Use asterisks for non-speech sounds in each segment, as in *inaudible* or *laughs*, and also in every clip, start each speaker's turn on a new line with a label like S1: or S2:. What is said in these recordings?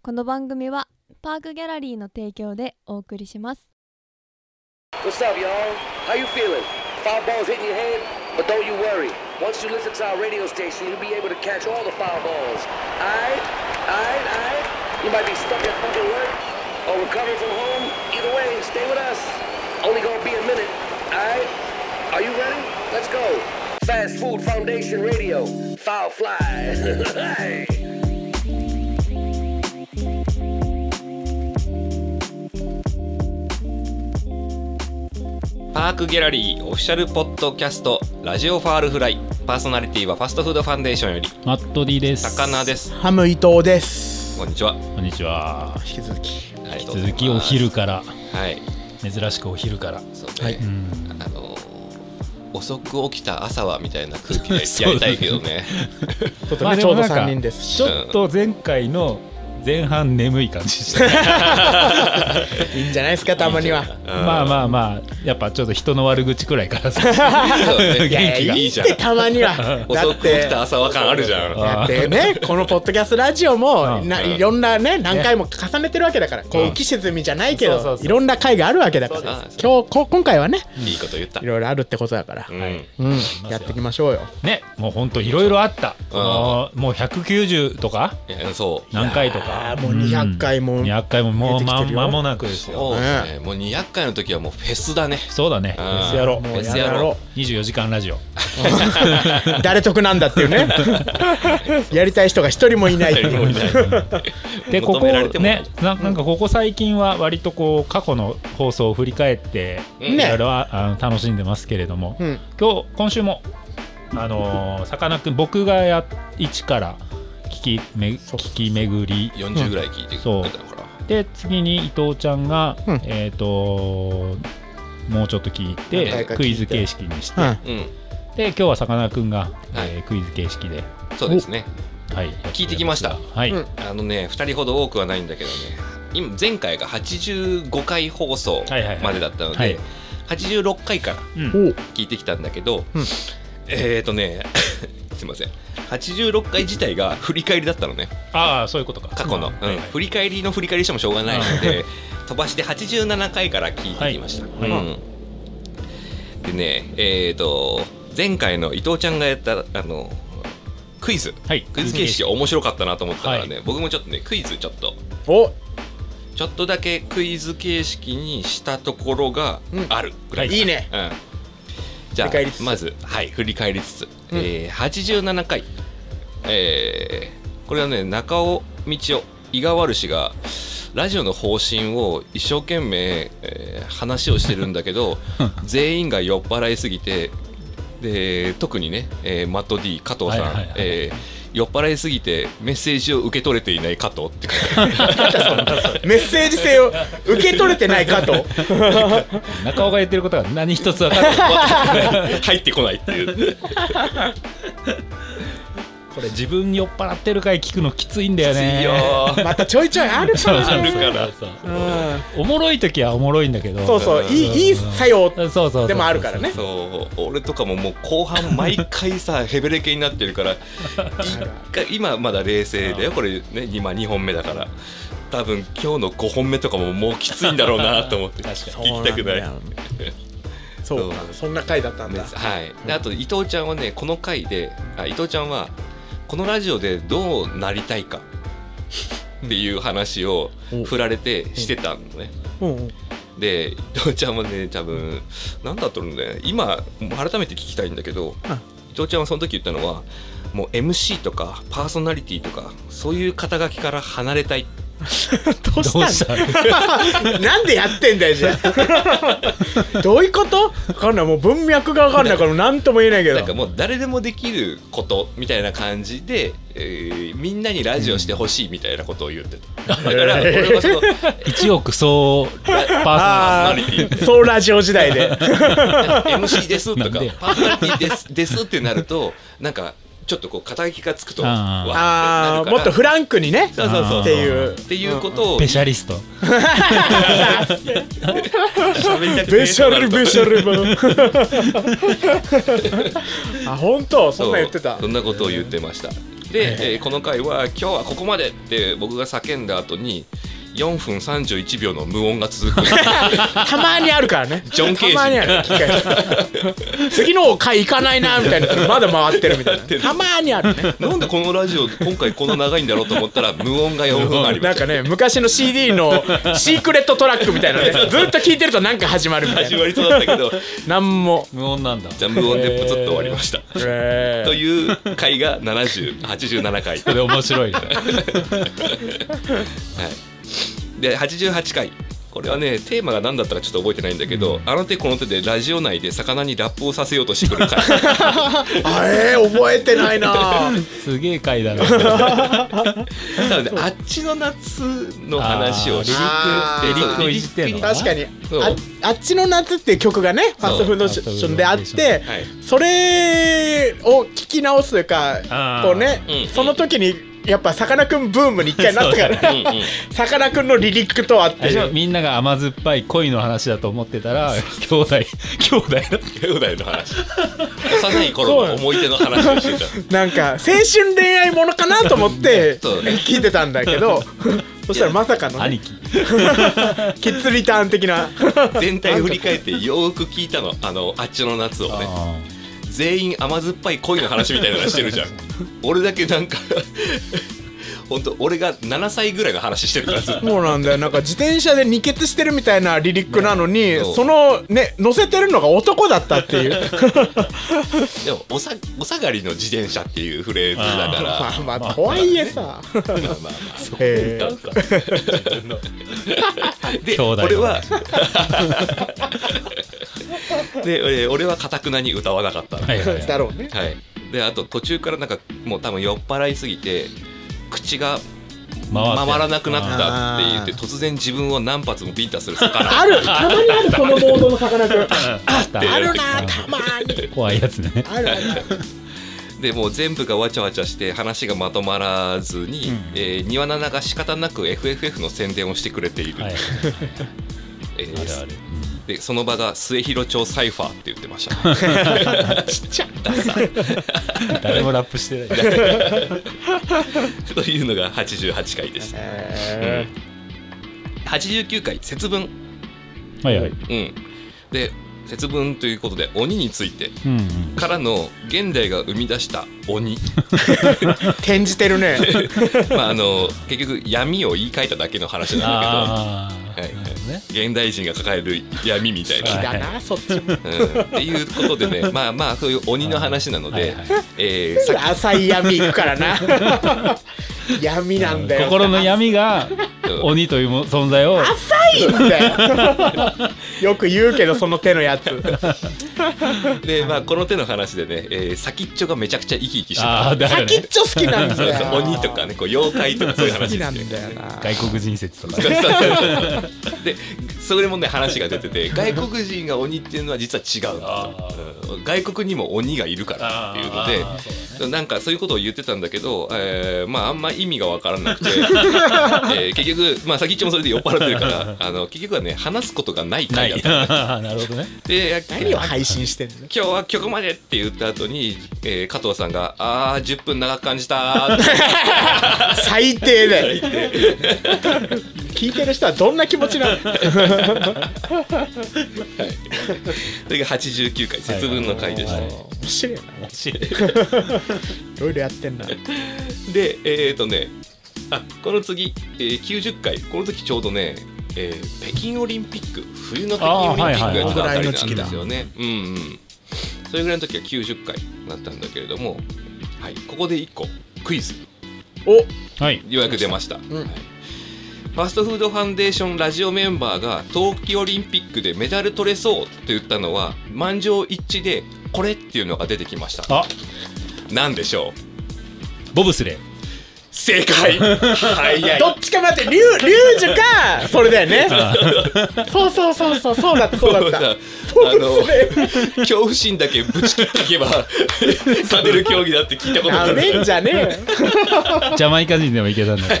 S1: この番組はパークギャラリーの提供でお送りします。
S2: What's up, y'all? How you feeling? Foul balls hitting your head? But don't you worry. Once you listen to our radio station, you'll be able to catch all the foul balls. Aight? Aight? Aight? You might be stuck at fucking work or recovering from home. Either way, stay with us. Only gonna be a minute. Aight? Are you ready? Let's go. Fast Food Foundation Radio. Foul fly. *laughs* Hey.
S3: パークギャラリーオフィシャルポッドキャストラジオファールフライパーソナリティはファストフードファンデーションより
S4: マット D です。
S3: 魚です
S5: ハム伊藤です。
S3: こんにちは
S4: こんにちは。
S5: 引き続き。
S3: 引
S4: 引き続きお昼から、
S3: はい
S4: 珍しくお昼から。
S3: そうね、
S5: はい
S4: うん。
S3: あのー遅く起きた朝はみたいな空気でやりたいけどね
S5: ちょっと
S4: まあ
S5: ね、
S4: で
S5: ちょ
S4: も
S5: うど
S4: なんか
S5: 3人ですし。
S4: ちょっと前回の前半眠い感じした、ね。
S5: いいんじゃないですか、たまには。
S4: *laughs* まあまあまあ、やっぱちょっと人の悪口くらいからさ。
S3: *laughs*
S5: *laughs*
S3: そうね
S4: いや
S3: 元
S4: いや
S3: 気が
S4: い
S3: いいじゃん
S5: で、たまには。だ
S3: 遅
S5: っ
S3: く起き
S5: て。
S3: た朝は感あるじゃん
S5: だってね、このポッドキャストラジオも
S4: うん
S5: な
S3: うん
S5: いろんなね何回も重ねてるわけだからこう浮き沈みじゃないけ
S4: そうそう
S5: ど
S4: そう
S5: いろんな回があるわけだから
S3: そうで
S5: 今
S3: す
S5: 日こ今回はね
S3: いいこと言った
S5: いろいろあるってことだから
S3: うん、
S5: うんやっていきましょうよ
S4: ね、もうほんといろいろあった。このもう190とか
S3: いやそう
S4: 何回と
S5: あ
S4: か。
S5: ーもう200回も
S4: うん200回ももう
S5: 出てき
S4: ま
S5: てるよ
S4: 間もなくですよ。
S3: そうねもう200回の時はもうフェスだね
S4: そうだね。
S3: うん
S4: やろう。
S3: フ
S5: も
S3: ェ
S5: う
S3: ス
S5: や
S3: やろ
S5: ろ
S4: 24時間ラジオ。
S5: う誰得なんだっていうねやりたい人が一人もいないって
S3: もうい
S5: いう
S3: ない
S4: *laughs* でこ
S3: 求
S4: こ
S3: められても
S4: ねななんかここ最近は割とこう過去の放送を振り返って
S3: うん
S4: いろいろああの楽しんでますけれども、
S5: うん
S4: 今日今週もあのーさかなクン僕がや一から聞きめ聞き巡り
S3: 40ぐらい聞いてくれたのかな
S4: で次に伊藤ちゃんが、
S5: うん
S4: えっ、ともうちょっと聞い
S3: なん
S4: て
S5: か聞いて
S4: クイズ形式にして、
S5: うん
S3: うん
S4: で今日はさかなクンが、
S3: はい
S4: えークイズ形式で、
S3: そうですね
S4: はい、
S3: 聞いてきました
S4: はい、
S5: うん
S3: あのね、2人ほど多くはないんだけどね、今前回が85回放送
S4: はいはいはい
S3: までだったので、
S4: はい
S3: 86回から
S4: うん
S5: お
S3: 聞いてきたんだけど、
S5: うん
S3: えっ、ー、とね、 *laughs* すいません、86回自体が振り返りだったのね、
S4: ああそういうことか
S3: 過去の、うん
S4: はいはい
S3: 振り返りの振り返りしてもしょうがないので、飛ばして87回から聞いてきました。
S4: はい
S3: うんでね、えっ、ー、と、前回の伊藤ちゃんがやったあのクイズ、
S4: はい、
S3: クイズ形式面白かったなと思ったからね、僕もちょっとね、クイズちょっと。
S5: お
S3: ちょっとだけクイズ形式にしたところがあるぐらい、
S4: うん
S3: うん
S5: いいね
S3: じゃあ
S5: 振り返りつつ
S3: まず、はい、振り返りつつ、
S5: ん
S3: えー、87回、えーこれはね中尾道夫伊賀丸氏がラジオの方針を一生懸命、えー話をしてるんだけ
S5: *laughs*
S3: ど全員が酔っ払いすぎてで特にね、えーマット D 加藤さん、
S4: はいはいはい
S3: えー酔っ払いすぎてメッセージを受け取れていない加藤って書いてある
S5: メッセージ性を受け取れてないか *laughs* と
S4: 中尾が言ってることが何一つ分かんな
S3: *laughs*
S4: い
S3: 入ってこないっていう。
S4: これ自分酔っ払ってる回聞くのきついんだよね
S5: またちょいちょいあるか
S4: そう
S5: ら
S4: そう
S3: あ
S5: ね
S3: るから
S5: うん
S4: おもろい時はおもろいんだけど
S5: そうそういいいい作用
S4: そうそうそう
S5: でもあるからね
S3: そう俺とかももう後半毎回さヘベレケになってるから一回今まだ冷静だよこれね今2本目だから多分今日の5本目とかももうきついんだろうなと思って
S4: 確か
S3: 聞きたくない。
S5: そうかそんな回だったんだ
S3: はい、であと伊藤ちゃんはねこの回であ伊藤ちゃんはこのラジオでどうなりたいかっていう話を振られてしてたのね。
S5: うんうん
S3: で伊藤ちゃんはね多分何だったのね今改めて聞きたいんだけど、
S5: うん
S3: 伊藤ちゃんはその時言ったのはもう MC とかパーソナリティとかそういう肩書きから離れたい
S5: どう
S4: どう
S5: し
S4: した
S5: た *laughs* んだなんでやってんだよじゃ *laughs* あどういうこと分かんないもう文脈が分かんないから何とも言えないけ
S3: なんか
S5: ど
S3: もう誰でもできることみたいな感じで、えーみんなにラジオしてほしいみたいなことを言ってた、だからこれはその
S4: 一億総パーソナ
S3: パーソ
S5: あ
S3: ナリテ
S5: あそうラジオ時代で
S3: MC ですと
S4: な
S3: か
S4: んで
S3: パーソナリティですですってなるとなんかちょっとこう肩書きがつくと
S4: あ
S3: わっ
S4: ー
S5: あ
S3: てなるか
S5: あ
S3: ら
S5: もっとフランクにね
S3: そうそうそう
S5: っていう
S3: っていうことを
S4: スペシャリスト
S3: 喋 *laughs* りたくね
S5: ベシャルベシャル版 *laughs* あ本当そんなん言ってた
S3: そんなことを言ってました。で、えーこの回は「今日はここまで!」って僕が叫んだ後に4分31秒の無音が続く
S5: たまにあるからね
S3: ジョンケージ
S5: たまにある機会次の回行かないなみたいなまだ回ってるみたいなたまにあるね
S3: なんでこのラジオ今回この長いんだろうと思ったら無音が4分ありま
S5: な
S3: し
S5: んかね昔の CD のシークレットトラックみたいなねずっと聴いてるとなんか始まるみ
S3: た
S5: たい
S3: 始
S5: な
S3: まりそうだったけど
S5: なんも
S4: 無音なんだ
S3: じゃあ無音でプ *laughs* ツッと終わりました。
S5: え
S3: という回が7087回。
S4: それ面白いね
S3: で88回これはねテーマが何だったかちょっと覚えてないんだけど、あの手この手でラジオ内で魚にラップをさせようとしてくる回
S5: ーあえー覚えてな
S3: *laughs*
S5: いな
S4: *laughs* すげえ回だな
S3: なのであっちの夏の話をし
S5: あ
S3: て
S5: ー
S3: で
S5: リリック
S3: そう
S4: をいじってんのかな
S5: 確かに
S3: そう
S5: ああっちの夏っていう曲がねファストフードシ
S4: そう
S5: ョンであって
S3: はい
S5: それを聞き直すというか
S4: あー
S5: こうね
S3: うん
S5: その時にやっぱさかなクンブームに一回なったか
S3: うんうん
S5: ら *laughs* さかなクンのリリックとはって
S4: あれ
S5: い
S4: でしょ
S5: う
S4: みんなが甘酸っぱい恋の話だと思ってたら兄弟兄弟だ
S3: 兄弟の話幼い頃の思い出の話をしてた
S5: なんか青春恋愛ものかなと思 *laughs* って
S3: そうね
S5: 聞いてたんだけ *laughs* どそしたらまさかの
S4: 兄
S5: ね
S4: 貴
S5: キッズリターン的な
S3: 全体振り返ってよーく聞いたのあのあっちの夏をね
S4: あ
S3: 全員甘酸っぱい恋の話みたいなのしてるじゃん俺だけなんか本当俺が7歳ぐらいの話してるからずっと
S5: もうなんだよなんか自転車で二血してるみたいなリリックなのに
S3: そう
S5: そのね乗せてるのが男だったっていう。
S3: でもおさお下がりの自転車っていうフレーズだから
S5: まあまあとはいえさ、
S3: まあまあ
S5: え
S3: まあ
S5: ー
S3: *laughs* で
S4: 兄弟の
S3: 俺はで俺俺はかたくなに歌わなかったの
S4: ーはいはい
S5: だろうね
S3: はいであと途中からなんかもう多分酔っ払いすぎて口が
S4: 回って
S3: *laughs* 回らなくなったって言って
S5: あ
S3: 突然自分を何発もビンタする魚
S5: あるたまにあるこのモードの魚くん
S4: あった
S5: あるなたまに
S4: 怖いやつね
S5: あるある
S3: でもう全部がわちゃわちゃして話がまとまらずに、
S4: うん
S3: えー庭菜々が仕方なく FFF の宣伝をしてくれている、
S4: はい
S3: えー
S4: あるある
S3: でその場が末広町サイファーって言ってました、
S5: ちっちゃい
S4: 誰もラップしてない
S3: *laughs* というのが88回です
S5: え
S3: 89回節分
S4: *laughs* はいは
S3: う
S4: い
S3: んで節分ということで鬼について
S4: うんうん
S3: からの現代が生み出した
S4: *laughs*
S3: 鬼 *laughs*
S5: ー転じてるね
S3: まああの結局闇を言い換えただけの話なんだ
S4: ああ
S3: はい
S4: なるほどね
S3: けど現代人が抱える闇みたいな、
S4: はい
S5: だなそっちも
S3: うん、っていうことでねまあまあそういう鬼の話なので、
S4: はいは
S3: えーさ
S5: 浅い闇行くから *laughs* な闇なんだよ
S4: 心の闇 *laughs* が
S3: うん
S4: 鬼というも存在を
S5: 浅いんだよよく言うけどその手のやつ
S3: でまあこの手の話でね、えー先っちょがめちゃくちゃ生き生きして
S4: あ
S3: た
S4: あだよ
S5: 先っ
S4: ね
S5: ちょ好きなん
S3: そう
S5: だ
S3: そう
S5: よ
S3: 鬼とかねこう妖怪とかそういう
S5: 好
S3: 話
S5: き
S3: で
S5: な
S3: す
S5: んだよな
S4: 外国人説とかね
S3: でそれもね話が出て
S4: *laughs*
S3: て外国人が鬼っていうのは実は違うんですよ外国にも鬼がいるからっていうので
S4: あー
S3: なんかそういうことを言ってたんだけど、えーまああんま意味が分からなくて、
S4: *laughs*
S3: えー結局、まあ、先っちょもそれで酔っ払ってる
S4: *laughs*
S3: からあの結局はね話すことがない
S4: な
S3: 回だっ
S4: い
S3: た
S4: *laughs* なるほどね
S3: で
S5: 何を配信してんの
S3: 今日は曲までって言った後に、えー加藤さんが「あー10分長く感じた」っ
S4: *laughs*
S3: て
S5: 最低だよ聞いてる人はどんな気持ちなの
S3: それが89回節分の回でした、
S4: はい
S5: 面白いな
S4: 面白い
S5: いろいろやってんな
S3: でえっ、ー、とねあこの次、えー90回この時ちょうどね、えー北京オリンピック冬の北京オリンピックがやってたあたりなんですよねうんうんそれぐらいの時は90回だったんだけれども、はい、ここで1個クイズ
S5: お
S4: はい
S3: ようやく出ました、
S5: ん
S3: はいファストフードファンデーションラジオメンバーが冬季オリンピックでメダル取れそうと言ったのは満場一致でこれっていうのが出てきました
S4: あ
S3: 何でしょ
S4: ボブスレー
S3: う
S5: 正解
S3: 早い
S5: どっちか待ってリュウリュウジュかそれだよねそうそうそうそうそうだったそうだった
S3: あの恐怖心だけぶち切っていけば食べる競技だって聞いたこと
S5: な
S3: ない
S5: めんじゃねえよ
S4: ジャマイカ人でもいけたんだけど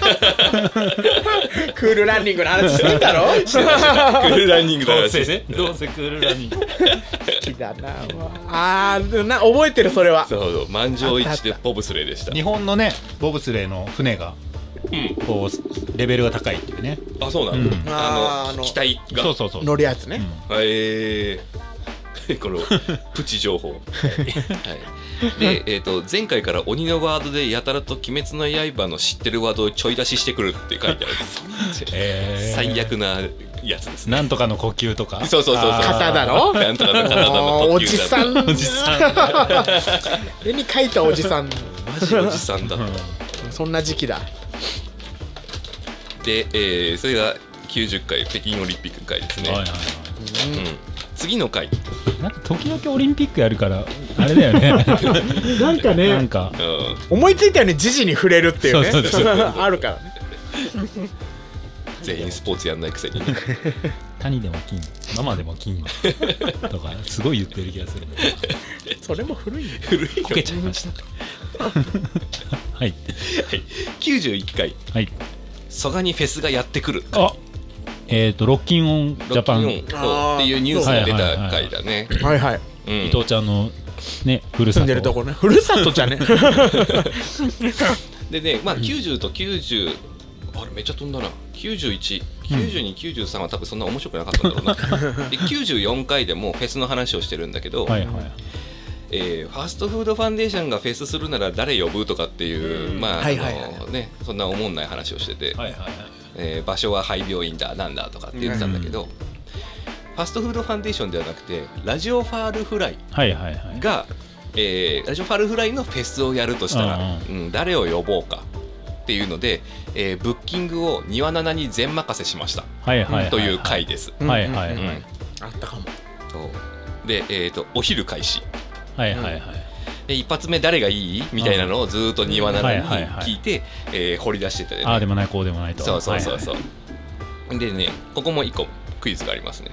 S4: *laughs*
S5: クールランニングの話してんだろ
S3: クールランニングだ
S4: ど
S3: か
S4: う
S3: ら
S4: せねどうせクールランニング
S5: 好きだなあーでもな覚えてるそれは
S3: そうそう満場一致でボブスレーでした
S4: 日本のねボブスレーの船がこうレベルが高いっていうね
S3: あそうなの、
S4: うん
S3: あの
S5: あーあの
S3: 機体が
S4: そうそうそう
S5: 乗るやつね
S3: えー、 *laughs* このプチ情報、はい、で、えー、と前回から鬼のワードでやたらと「鬼滅の刃」の知ってるワードをちょい出ししてくるって書いてある
S4: えー
S3: 最悪なやつですね
S4: なんとかの呼吸とか
S3: そうそうそうそう
S4: あー
S5: 型だろ
S3: なんとかの方の
S5: お
S3: 呼
S5: じ
S3: 吸
S5: さ
S3: だ
S5: ん
S4: おじ *laughs* さん
S5: 絵に描いたおじさん
S3: マジおじさんだ
S4: うん
S5: そんな時期だ
S3: で、えーそれが90回北京オリンピック回ですね、
S4: はいはいは
S3: うん、次の回
S4: いなんか時々オリンピックやるからあれだよね
S5: *laughs* なんか
S4: なんか
S3: うん
S5: 思いついたように時事に触れるっていうね
S4: そうそうそ
S5: *laughs* あるからね
S3: 全員スポーツやんないくせにね
S4: 谷でも金ママでも金とかすごい言ってる気がする
S5: それも古いね
S3: 古いよ
S4: こけちゃいました
S5: *laughs*
S4: はい
S3: 91回
S4: はい
S3: 蘇我にフェスがやってくる
S4: あえっ、とロッキンオンジャパン
S3: ロッ
S4: 伊
S3: キンオンそうっていうニュースが出た回だね
S5: はいはい
S3: うん
S4: 藤ちゃんのねふるさ
S5: 住
S4: と
S5: んでるとこねふるさとじゃね
S3: でねまあ90と90あれめっちゃ飛んだな919293は多分そんな面白くなかったんだろうなで94回でもフェスの話をしてるんだけど、
S4: はいはい
S3: えーファストフードファンデーションがフェスするなら誰呼ぶとかっていう、まあ、
S5: はいはいはい
S3: あのねそんなおもんない話をしてて、
S4: はいはい
S3: えー場所は廃病院だなんだとかって言ってたんだけど、ファストフードファンデーションではなくてラジオファールフライ
S4: はいはいはい
S3: が、えーラジオファルフライのフェスをやるとしたら、うん誰を呼ぼうかっていうので、えーブッキングを庭菜々に全任せしました
S4: はいはいはい
S3: という回です。
S4: はいはい
S3: うん
S5: *laughs* あったかも
S3: そうで、えー、とお昼開始
S4: はいはいはい
S3: で一発目誰がいいみたいなのをずーっと庭菜々に聞いて、えー掘り出してたよ
S4: ああ
S3: ね
S4: でもないこうでもないと
S3: そうそうそう
S4: はい
S3: そう、でねここも一個クイズがありますね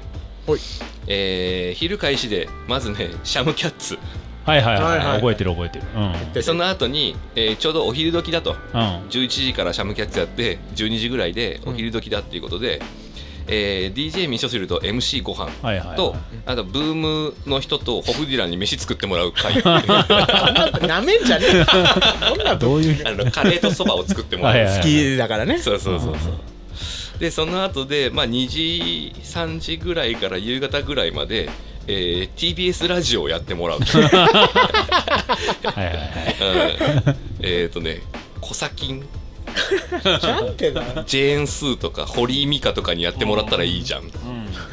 S5: ほい
S3: えー昼開始でまずねシャムキャッツ
S4: はいはいはい
S5: はい
S4: は
S5: はい
S4: い覚えてる覚えてるうんうん
S3: でその後に、えーちょうどお昼時だと
S4: は
S3: 11時からシャムキャッツやって12時ぐらいでお昼時だっていうことで、えー DJ みそ汁と MC ご飯
S4: いはいはい
S3: とあとブームの人とホフディランに飯作ってもらう
S4: *laughs*
S3: 会
S5: なめんじゃね *laughs* えそんな
S4: どういう
S3: あのカレーとそばを作っても
S4: はい
S3: ら
S4: は
S3: う
S4: い
S5: 好きだからね
S3: そうそうそうそうでその後でまあ2時3時ぐらいから夕方ぐらいまで、えー TBS ラジオをやってもらう、うん
S5: *laughs*
S4: はいはいはい
S3: えっとねコサキン
S5: なんてだよ
S3: ジェーン・スーとか堀井美香とかにやってもらったらいいじゃんって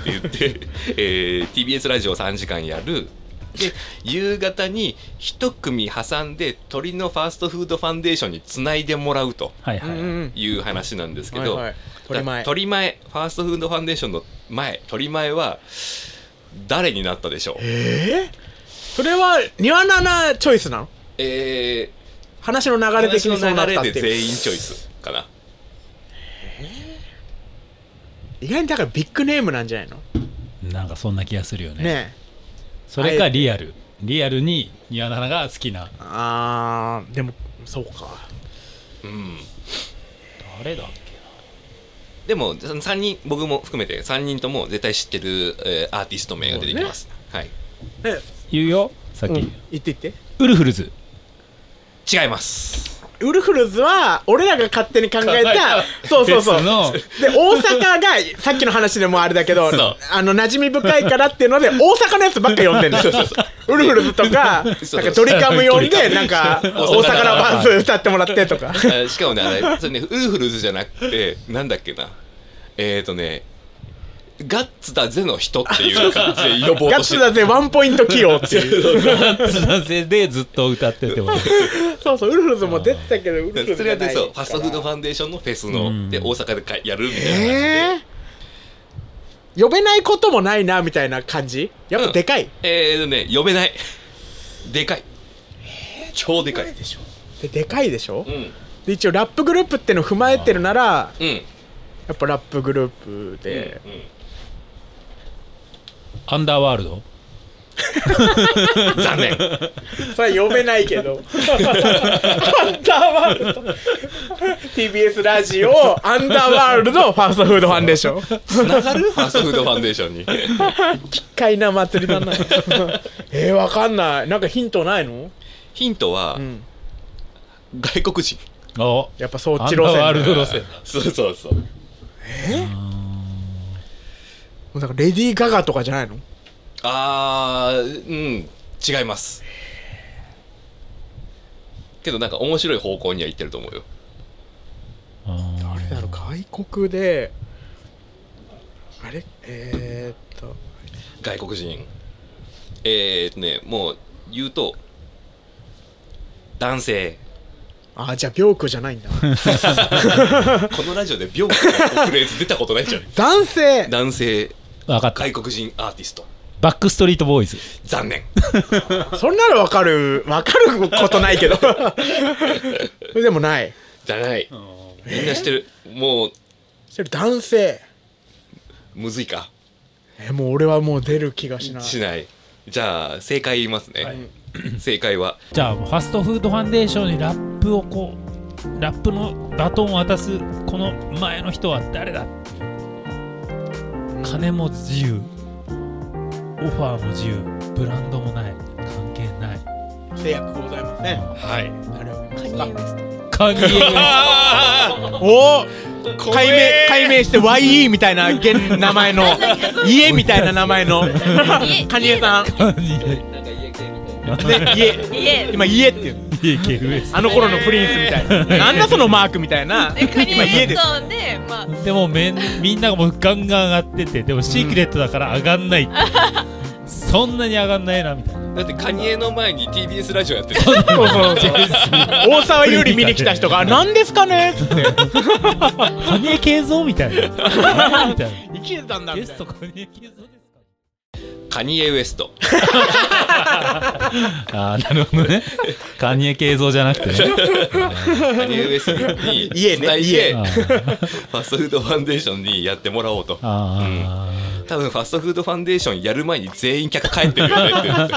S3: 言って、えー TBS ラジオ3時間やるで夕方に一組挟んで鳥のファーストフードファンデーションにつないでもらうと
S4: はい
S5: うんう
S4: はい
S5: ん
S3: いう話なんですけ
S5: はい
S3: ど、
S5: はい鳥前
S3: 鳥前ファーストフードファンデーションの前鳥前は誰になったでしょう
S5: えーそれは庭菜々チョイスなの
S3: えー
S5: 話の流れ
S3: 話
S5: 的にそうな
S3: の
S5: っ
S3: 流
S5: たって
S3: れで
S5: いう
S3: 全員チョイスかな
S5: 意外にだからビッグネームなんじゃないの
S4: なんかそんな気がするよね
S5: ねえ
S4: それかリアルリアルに宮田が好きな
S5: あーでもそうか
S3: うん
S4: 誰だっ
S3: でも3人僕も含めて3人とも絶対知ってる、えーアーティスト名が出てきます、はい
S4: け
S5: え
S4: 言うよさっ
S5: うん
S4: き
S5: 言って言って
S4: ウルフルズ *laughs*
S3: 違い
S5: *laughs*
S3: ます。
S5: ウルフルズは俺らが勝手に考え
S4: 考え
S5: た
S4: た
S5: そうそうそう
S4: フェスの
S5: で大阪がさっきの話でもあれだけど
S3: そう
S5: あの馴染み深いからっていうので大阪のやつばっか呼んでんのよウルフルズとかなん
S3: そう
S5: かドリカム呼んでなんか大
S3: 大
S5: 阪
S3: 阪
S5: の
S3: の
S5: バンズ歌ってもらってとか
S3: あしかもね、あれ、それね、ウルフルズじゃなくて、なんだっけな。えっ、ー、とね、ガッツだぜの人っていう感じで呼ぼう
S5: ガ
S3: と
S5: ッ
S3: して
S5: ツ
S3: る
S5: だぜワンポイント起用っていう
S4: 男性でずっと歌ってても
S5: そうそうウルフルズも出てたけどウルフル
S3: そ
S5: ズ
S3: れ
S5: じゃ
S3: で
S5: ない
S3: そう、ファストフードファンデーションのフェス
S4: う
S3: の、
S4: ん
S3: で、大阪でかやるみたいな感じで。
S5: えー、呼べないこともないなみたいな感じやっぱでかい、
S3: えーとね、呼べない。でかい。超でかい。
S5: ででかいでしょ
S3: うん。
S5: で一応ラップグループってのを踏まえてるなら
S3: うんうん
S5: やっぱラップグループで、
S4: アンダーワールド
S3: うん残念
S5: それは読めないけどアンダーワールド TBS ラジオアンダーワールドファーストフードファンデーション
S4: *laughs*
S3: つながるファーストフードファンデーションに
S5: 快な祭りだなえー、わかんないなんかヒントないの、
S3: *laughs* ヒントは、
S5: うん、
S3: 外国人
S4: お
S5: やっぱそ
S4: ア
S5: っ
S4: ン
S5: ち
S4: ダ
S5: 路
S4: ーワー
S5: 線
S4: ル
S5: だ
S4: ド路線
S3: そうそうそう
S5: もうだからレディー・ガガとかじゃないの
S3: あーうん違いますけどなんか面白い方向には行ってると思うよ
S4: あ
S5: あの外国であれえー、っと
S3: 外国人えー、とねもう言うと男 *laughs* 性
S5: あじゃあビョークじゃないんだ
S3: このラジオでビョンのフレーズ出たことないじゃん
S5: 男性
S3: 男性
S4: ーわかった
S3: 外国人アーティスト
S4: バックストリートボーイズ
S3: 残念
S5: そんなのわかるわかることないけどでもない
S3: じゃないみんな知ってるもう
S5: それ男性
S3: むずいか
S5: えもう俺はもう出る気がしない
S3: しないじゃあ正解言いますね、正解は
S4: じゃあファストフードファンデーションにラップをこうラップのバトンを渡すこの前の人は誰だ金も自由オファーも自由ブランドもない関係ない
S5: 制約ございません
S3: はい
S5: あれは
S1: カニエウエスト
S4: カニエウエス
S5: おお解明解明して YE みたいな現名前の家みたいな名前のカニエさんで
S4: トカニエ
S5: 家
S6: 家
S5: 今家っていう
S4: 家系ウエス
S5: あの頃のプリンスみたいななんだそのマークみたいな
S6: でカニ
S5: 今家
S6: エ
S5: で
S6: ス
S5: す
S6: トでまあ
S4: トでもめんみんながもうガンガン上がっててでもシークレットだから上がんない *laughs* って、そんなに上がんないなみたいな
S3: だってカニエの前に TBS ラジオやってる
S5: そうそうそう大沢優里見に来た人が「何ですかね?」っつって
S4: カニエ系像みたいなみたい
S5: 「生きてたんだ」
S4: なゲ
S5: みた
S4: ス
S5: い
S4: ト
S5: な
S4: カニエ系像ですか
S3: カニエウエスト
S4: ああなるほどねカニエ系像じゃなくてね
S3: カニエウエストに
S5: 家ね
S3: 繋い
S5: 家
S3: で
S4: あ
S3: ファストフードファンデーションにやってもらおうと
S4: あー、
S3: 多分ファストフードファンデーションやる前に全員客帰ってるよねって言って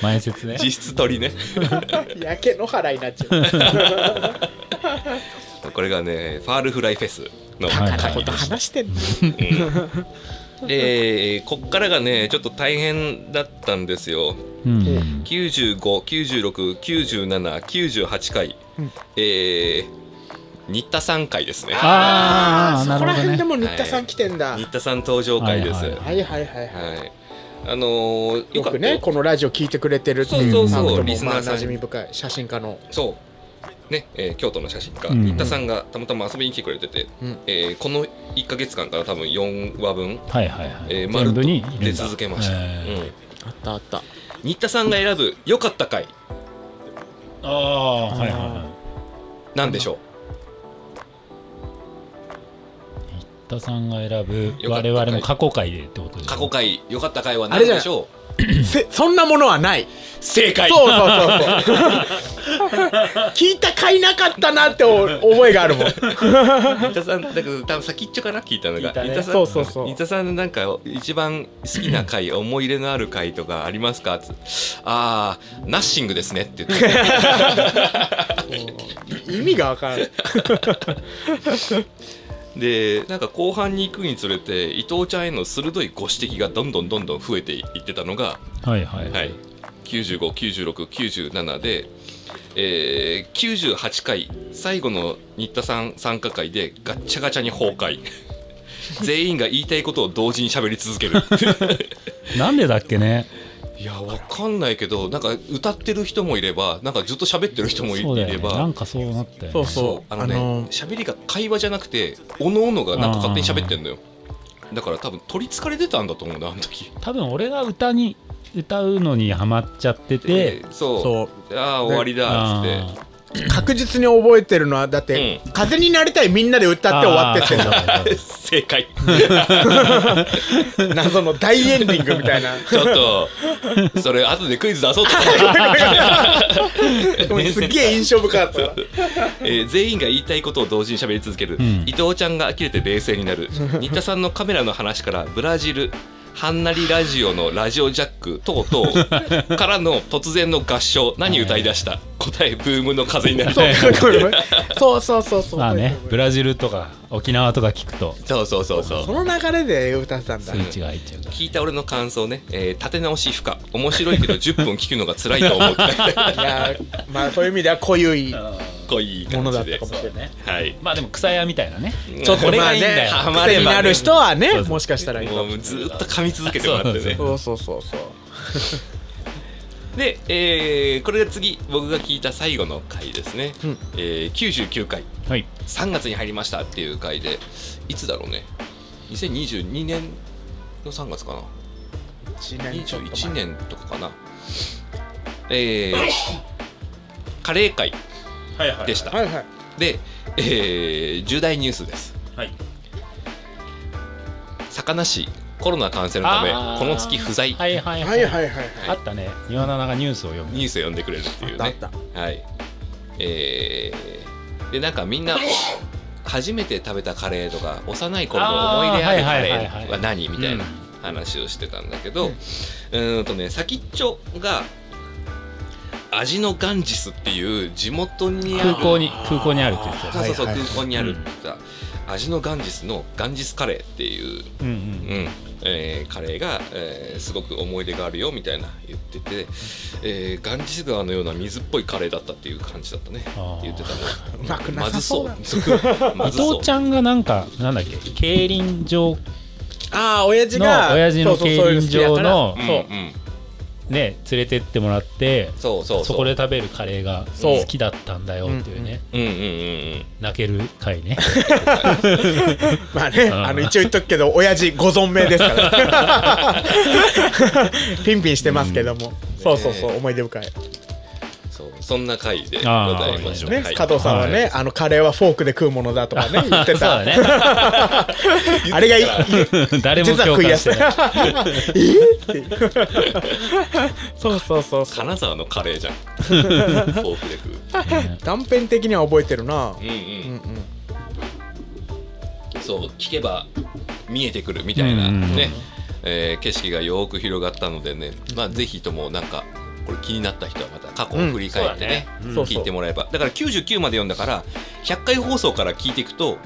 S4: 前説ね
S3: 実質鳥ね
S5: やけ野原になっちゃう
S3: これがねファールフライフェスの
S4: はい
S3: 会議でした
S5: 話してんの
S3: でこっからがねちょっと大変だったんですよ
S4: うん
S3: 95969798回、えー新田さん回ですね
S4: ああ
S5: そ
S4: な
S5: こ
S4: る
S5: ら
S4: ほど
S5: 辺で
S4: ね
S5: も新田さん来てんだは
S3: 新
S5: い
S3: 田さん登場回です
S4: は
S3: はいい、
S4: は
S5: はいはいはい
S3: あのー、よ
S5: よ
S3: かった
S5: くねこのラジオ聞いてくれてるっていう
S3: そう
S4: そうそう
S5: ファンと
S3: リ
S5: も
S3: ス
S5: ま
S3: ナ
S5: あ
S3: ーさん
S5: 馴染み深い写真家の
S3: そうね、えー京都の写真家、
S4: うん
S3: 新田さんがたまたま遊びに来てくれてて、
S5: うん
S3: えーこの1か月間から多分4話分、
S4: はいはいはい、
S3: えー、ま
S4: 全
S3: る
S4: 部
S3: っ
S4: に
S3: と出続けました、
S4: えー
S3: うん
S5: あったあった
S3: 新田さんが選ぶ良かった回
S4: ああはいはいはい
S3: なんでしょ
S4: 新田さんが選ぶ
S3: よかった
S4: 我々も過去回でってことで
S3: う
S4: す
S3: 過去回良かった回は
S5: あ
S3: 何
S5: れじゃ
S3: で
S5: ない
S3: しょ
S5: せそんなものはないう
S3: 正解
S5: そうそうそ
S3: *laughs*
S5: うそう聞いた買いなかったなってお覚えがあるもん
S3: 新田さんだけど多分先っちょから聞いたのが
S4: 聞いたね
S3: 新田さん
S5: そうそうそう
S3: 新田さんなんか一番好きな回思い入れのある回とかありますかつああナッシングですねって言って
S5: *laughs* 意味がわからない
S3: でなんか後半に行くにつれて伊藤ちゃんへの鋭いご指摘がどんどんどんどん増えていってたのが
S4: はいはいはい
S3: はい、959697で、えー、98回最後の新田さん参加会でガッチャガチャに崩壊 *laughs* 全員が言いたいことを同時に喋り続ける
S4: なんでだっけね
S3: いやわかんないけどなんか歌ってる人もいればなんかずっと喋ってる人もい
S4: そうだ
S3: いれ
S4: よ、ね、
S3: ば
S4: なんかそうなったよ、ね、
S5: そう
S3: そ
S5: そうう
S3: あのね喋、りが会話じゃなくておのおのがなんか勝手に喋ってんのよだから多分取りつかれてたんだと思うなあの時
S4: 多分俺が歌に歌うのにハマっちゃってて、
S3: そう
S5: そ
S3: ああ終わりだっつって
S4: あー
S5: 確実に覚えてるのはだって、風になりたいみんなで歌って終わってってんの
S3: *laughs* 正解
S5: 謎の大エンディングみ
S3: *laughs*
S5: たいな *laughs*
S3: ちょっとそれ後でクイズ出そうと思った
S5: でもすっげえ印象深かったわ
S3: えー全員が言いたいことを同時に喋り続ける、
S4: ん
S3: 伊藤ちゃんが呆れて冷静に
S5: *laughs*
S3: なる新田さんのカメラの話からブラジルハンナリラジオのラジオジャック等
S5: *laughs*
S3: 々からの突然の合唱何歌い出した答えブームの風になる
S5: そう
S3: *laughs*
S5: かっこいいそうそうそうそ
S4: *laughs*
S5: う
S4: まあねブ
S5: ラ
S4: ラジルとか沖縄とか聞くと
S3: そうそうそうそう
S5: その流れで歌ってたんだ
S4: スイッチが入っちゃうか
S3: 聞いた俺の感想ね、えー立て直し不可面白いけど10分聞くのが辛いと
S5: *laughs*
S3: 思う
S5: いやまあそういう意味では濃ゆい
S3: こういい
S5: も
S3: 感
S5: のだ
S3: じ
S5: った
S3: で
S5: かもしれない
S3: はい
S4: らまあでも草屋みたいなね
S3: ちょっと
S4: これがいいんだよ
S5: まあ
S3: ハ
S5: ね
S3: マ
S5: 癖
S3: ればね
S5: になる人は
S4: そう
S5: ね
S4: そう
S5: もしかしたらいいか
S3: も
S5: も
S3: うずーっと噛み続けてもらってね
S5: そうそうそうそう
S3: で、えーこれで次僕が聞いた最後の回ですね、
S5: うん
S3: えー99回
S4: はい
S3: 3月に入りましたっていう回でいつだろうね2022年の3月か
S5: 一
S3: な
S5: 年ちょっと
S3: 21
S5: 前
S3: 年とかかなえー、カレー会
S6: はいはいはい
S3: でした、
S5: はいはい
S3: で、えー重大ニュースです
S6: はい
S3: 魚市コロナ感染のため
S4: あー
S3: この月不在
S4: はいはい
S5: はいはいはいはい
S4: あったね岩永がニュースを読む
S3: ニュースを読んでくれるっていう
S5: あっ
S3: ね
S5: たあっ
S3: はいえーでなんかみんな初めて食べたカレーとか幼い頃の思い出あるカ
S4: あーはいはい
S3: レ
S4: はいはい
S3: ーは何みたいな話をしてたんだけどうーんとね先っちょが味のガンジスっていう地元にある
S4: 空港に空港にあるって言ってた
S3: そうそうそう
S5: はいはい
S3: 空
S5: は
S3: 港
S5: い
S3: にあるって言った味のガンジスのガンジスカレーっていう
S4: うん
S3: う
S4: う
S3: んんえーカレーが、えーすごく思い出があるよみたいな言ってて、えーガンジス川のような水っぽいカレーだったっていう感じだったね
S4: あー
S3: 言ってた
S5: たうまく
S3: の
S5: な
S3: ま
S5: さ
S3: ず
S5: そ
S3: そうう
S5: だ *laughs*
S3: ま
S4: 伊
S3: ずそ
S4: 藤
S3: う
S4: ちゃんがなんかなんだっけ競輪場
S5: ああ親父が
S4: の親父の
S5: そう
S4: 競
S5: そうそういう
S4: 輪
S5: 好きだ
S4: 場
S5: から
S4: の
S3: うん
S5: そう
S3: うん
S4: ね連れてってもらって
S3: そうそうそう
S4: そこで食べるカレーが
S5: そう
S4: 好きだったんだよっていうね
S3: うんうんうん
S4: 泣ける回
S3: *laughs*
S4: ね
S5: まあね、
S4: ん
S5: あの一応言っとくけど、親父ご存命です
S4: *laughs*
S5: から。ピンピンしてますけども。そうそうそう、思い出深い。
S3: うんそうそんな回でご
S4: あー
S3: ざいましょう
S5: ね
S3: はい、
S5: 加藤さんはね、あのカレーはフォークで食うものだとかね、言っ
S4: *laughs*
S5: て
S4: そうだ
S5: た。
S4: ね
S5: あれがいい。
S4: 誰も
S5: 実は
S4: 共
S5: 食い
S4: 感
S5: や
S4: し
S5: すい
S4: てない
S5: *laughs* えーっていう。そうそうそうそう。
S3: 金沢のカレーじゃ
S4: *laughs*
S3: んフォークで食う
S5: 断片的には覚えてるな。
S3: うんう
S5: うんうんん。
S3: そう聞けば見えてくるみたいな
S4: うんうんうん
S3: ね、えー景色がよく広がったのでねまあぜひともなんかこれ気になった人はまた過去を振り返ってね,、
S5: うんそうだねうん
S3: 聞いてもらえばだから99まで読んだから100回放送から聞いていくと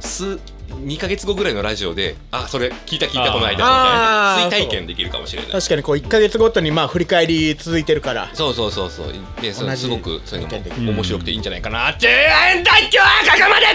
S3: 数2ヶ月後ぐらいのラジオであそれ聞いた聞いたこの間みたい
S5: あ
S3: な
S5: ー
S3: 追体験できるかもしれない
S5: 確かにこう一ヶ月ごとにまあ振り返り続いてるから。
S3: そうそうそうそうでそ
S5: 同じ
S3: すごくそういうの
S5: 体験でき
S3: も面白くていいんじゃないかなって「だっはここまで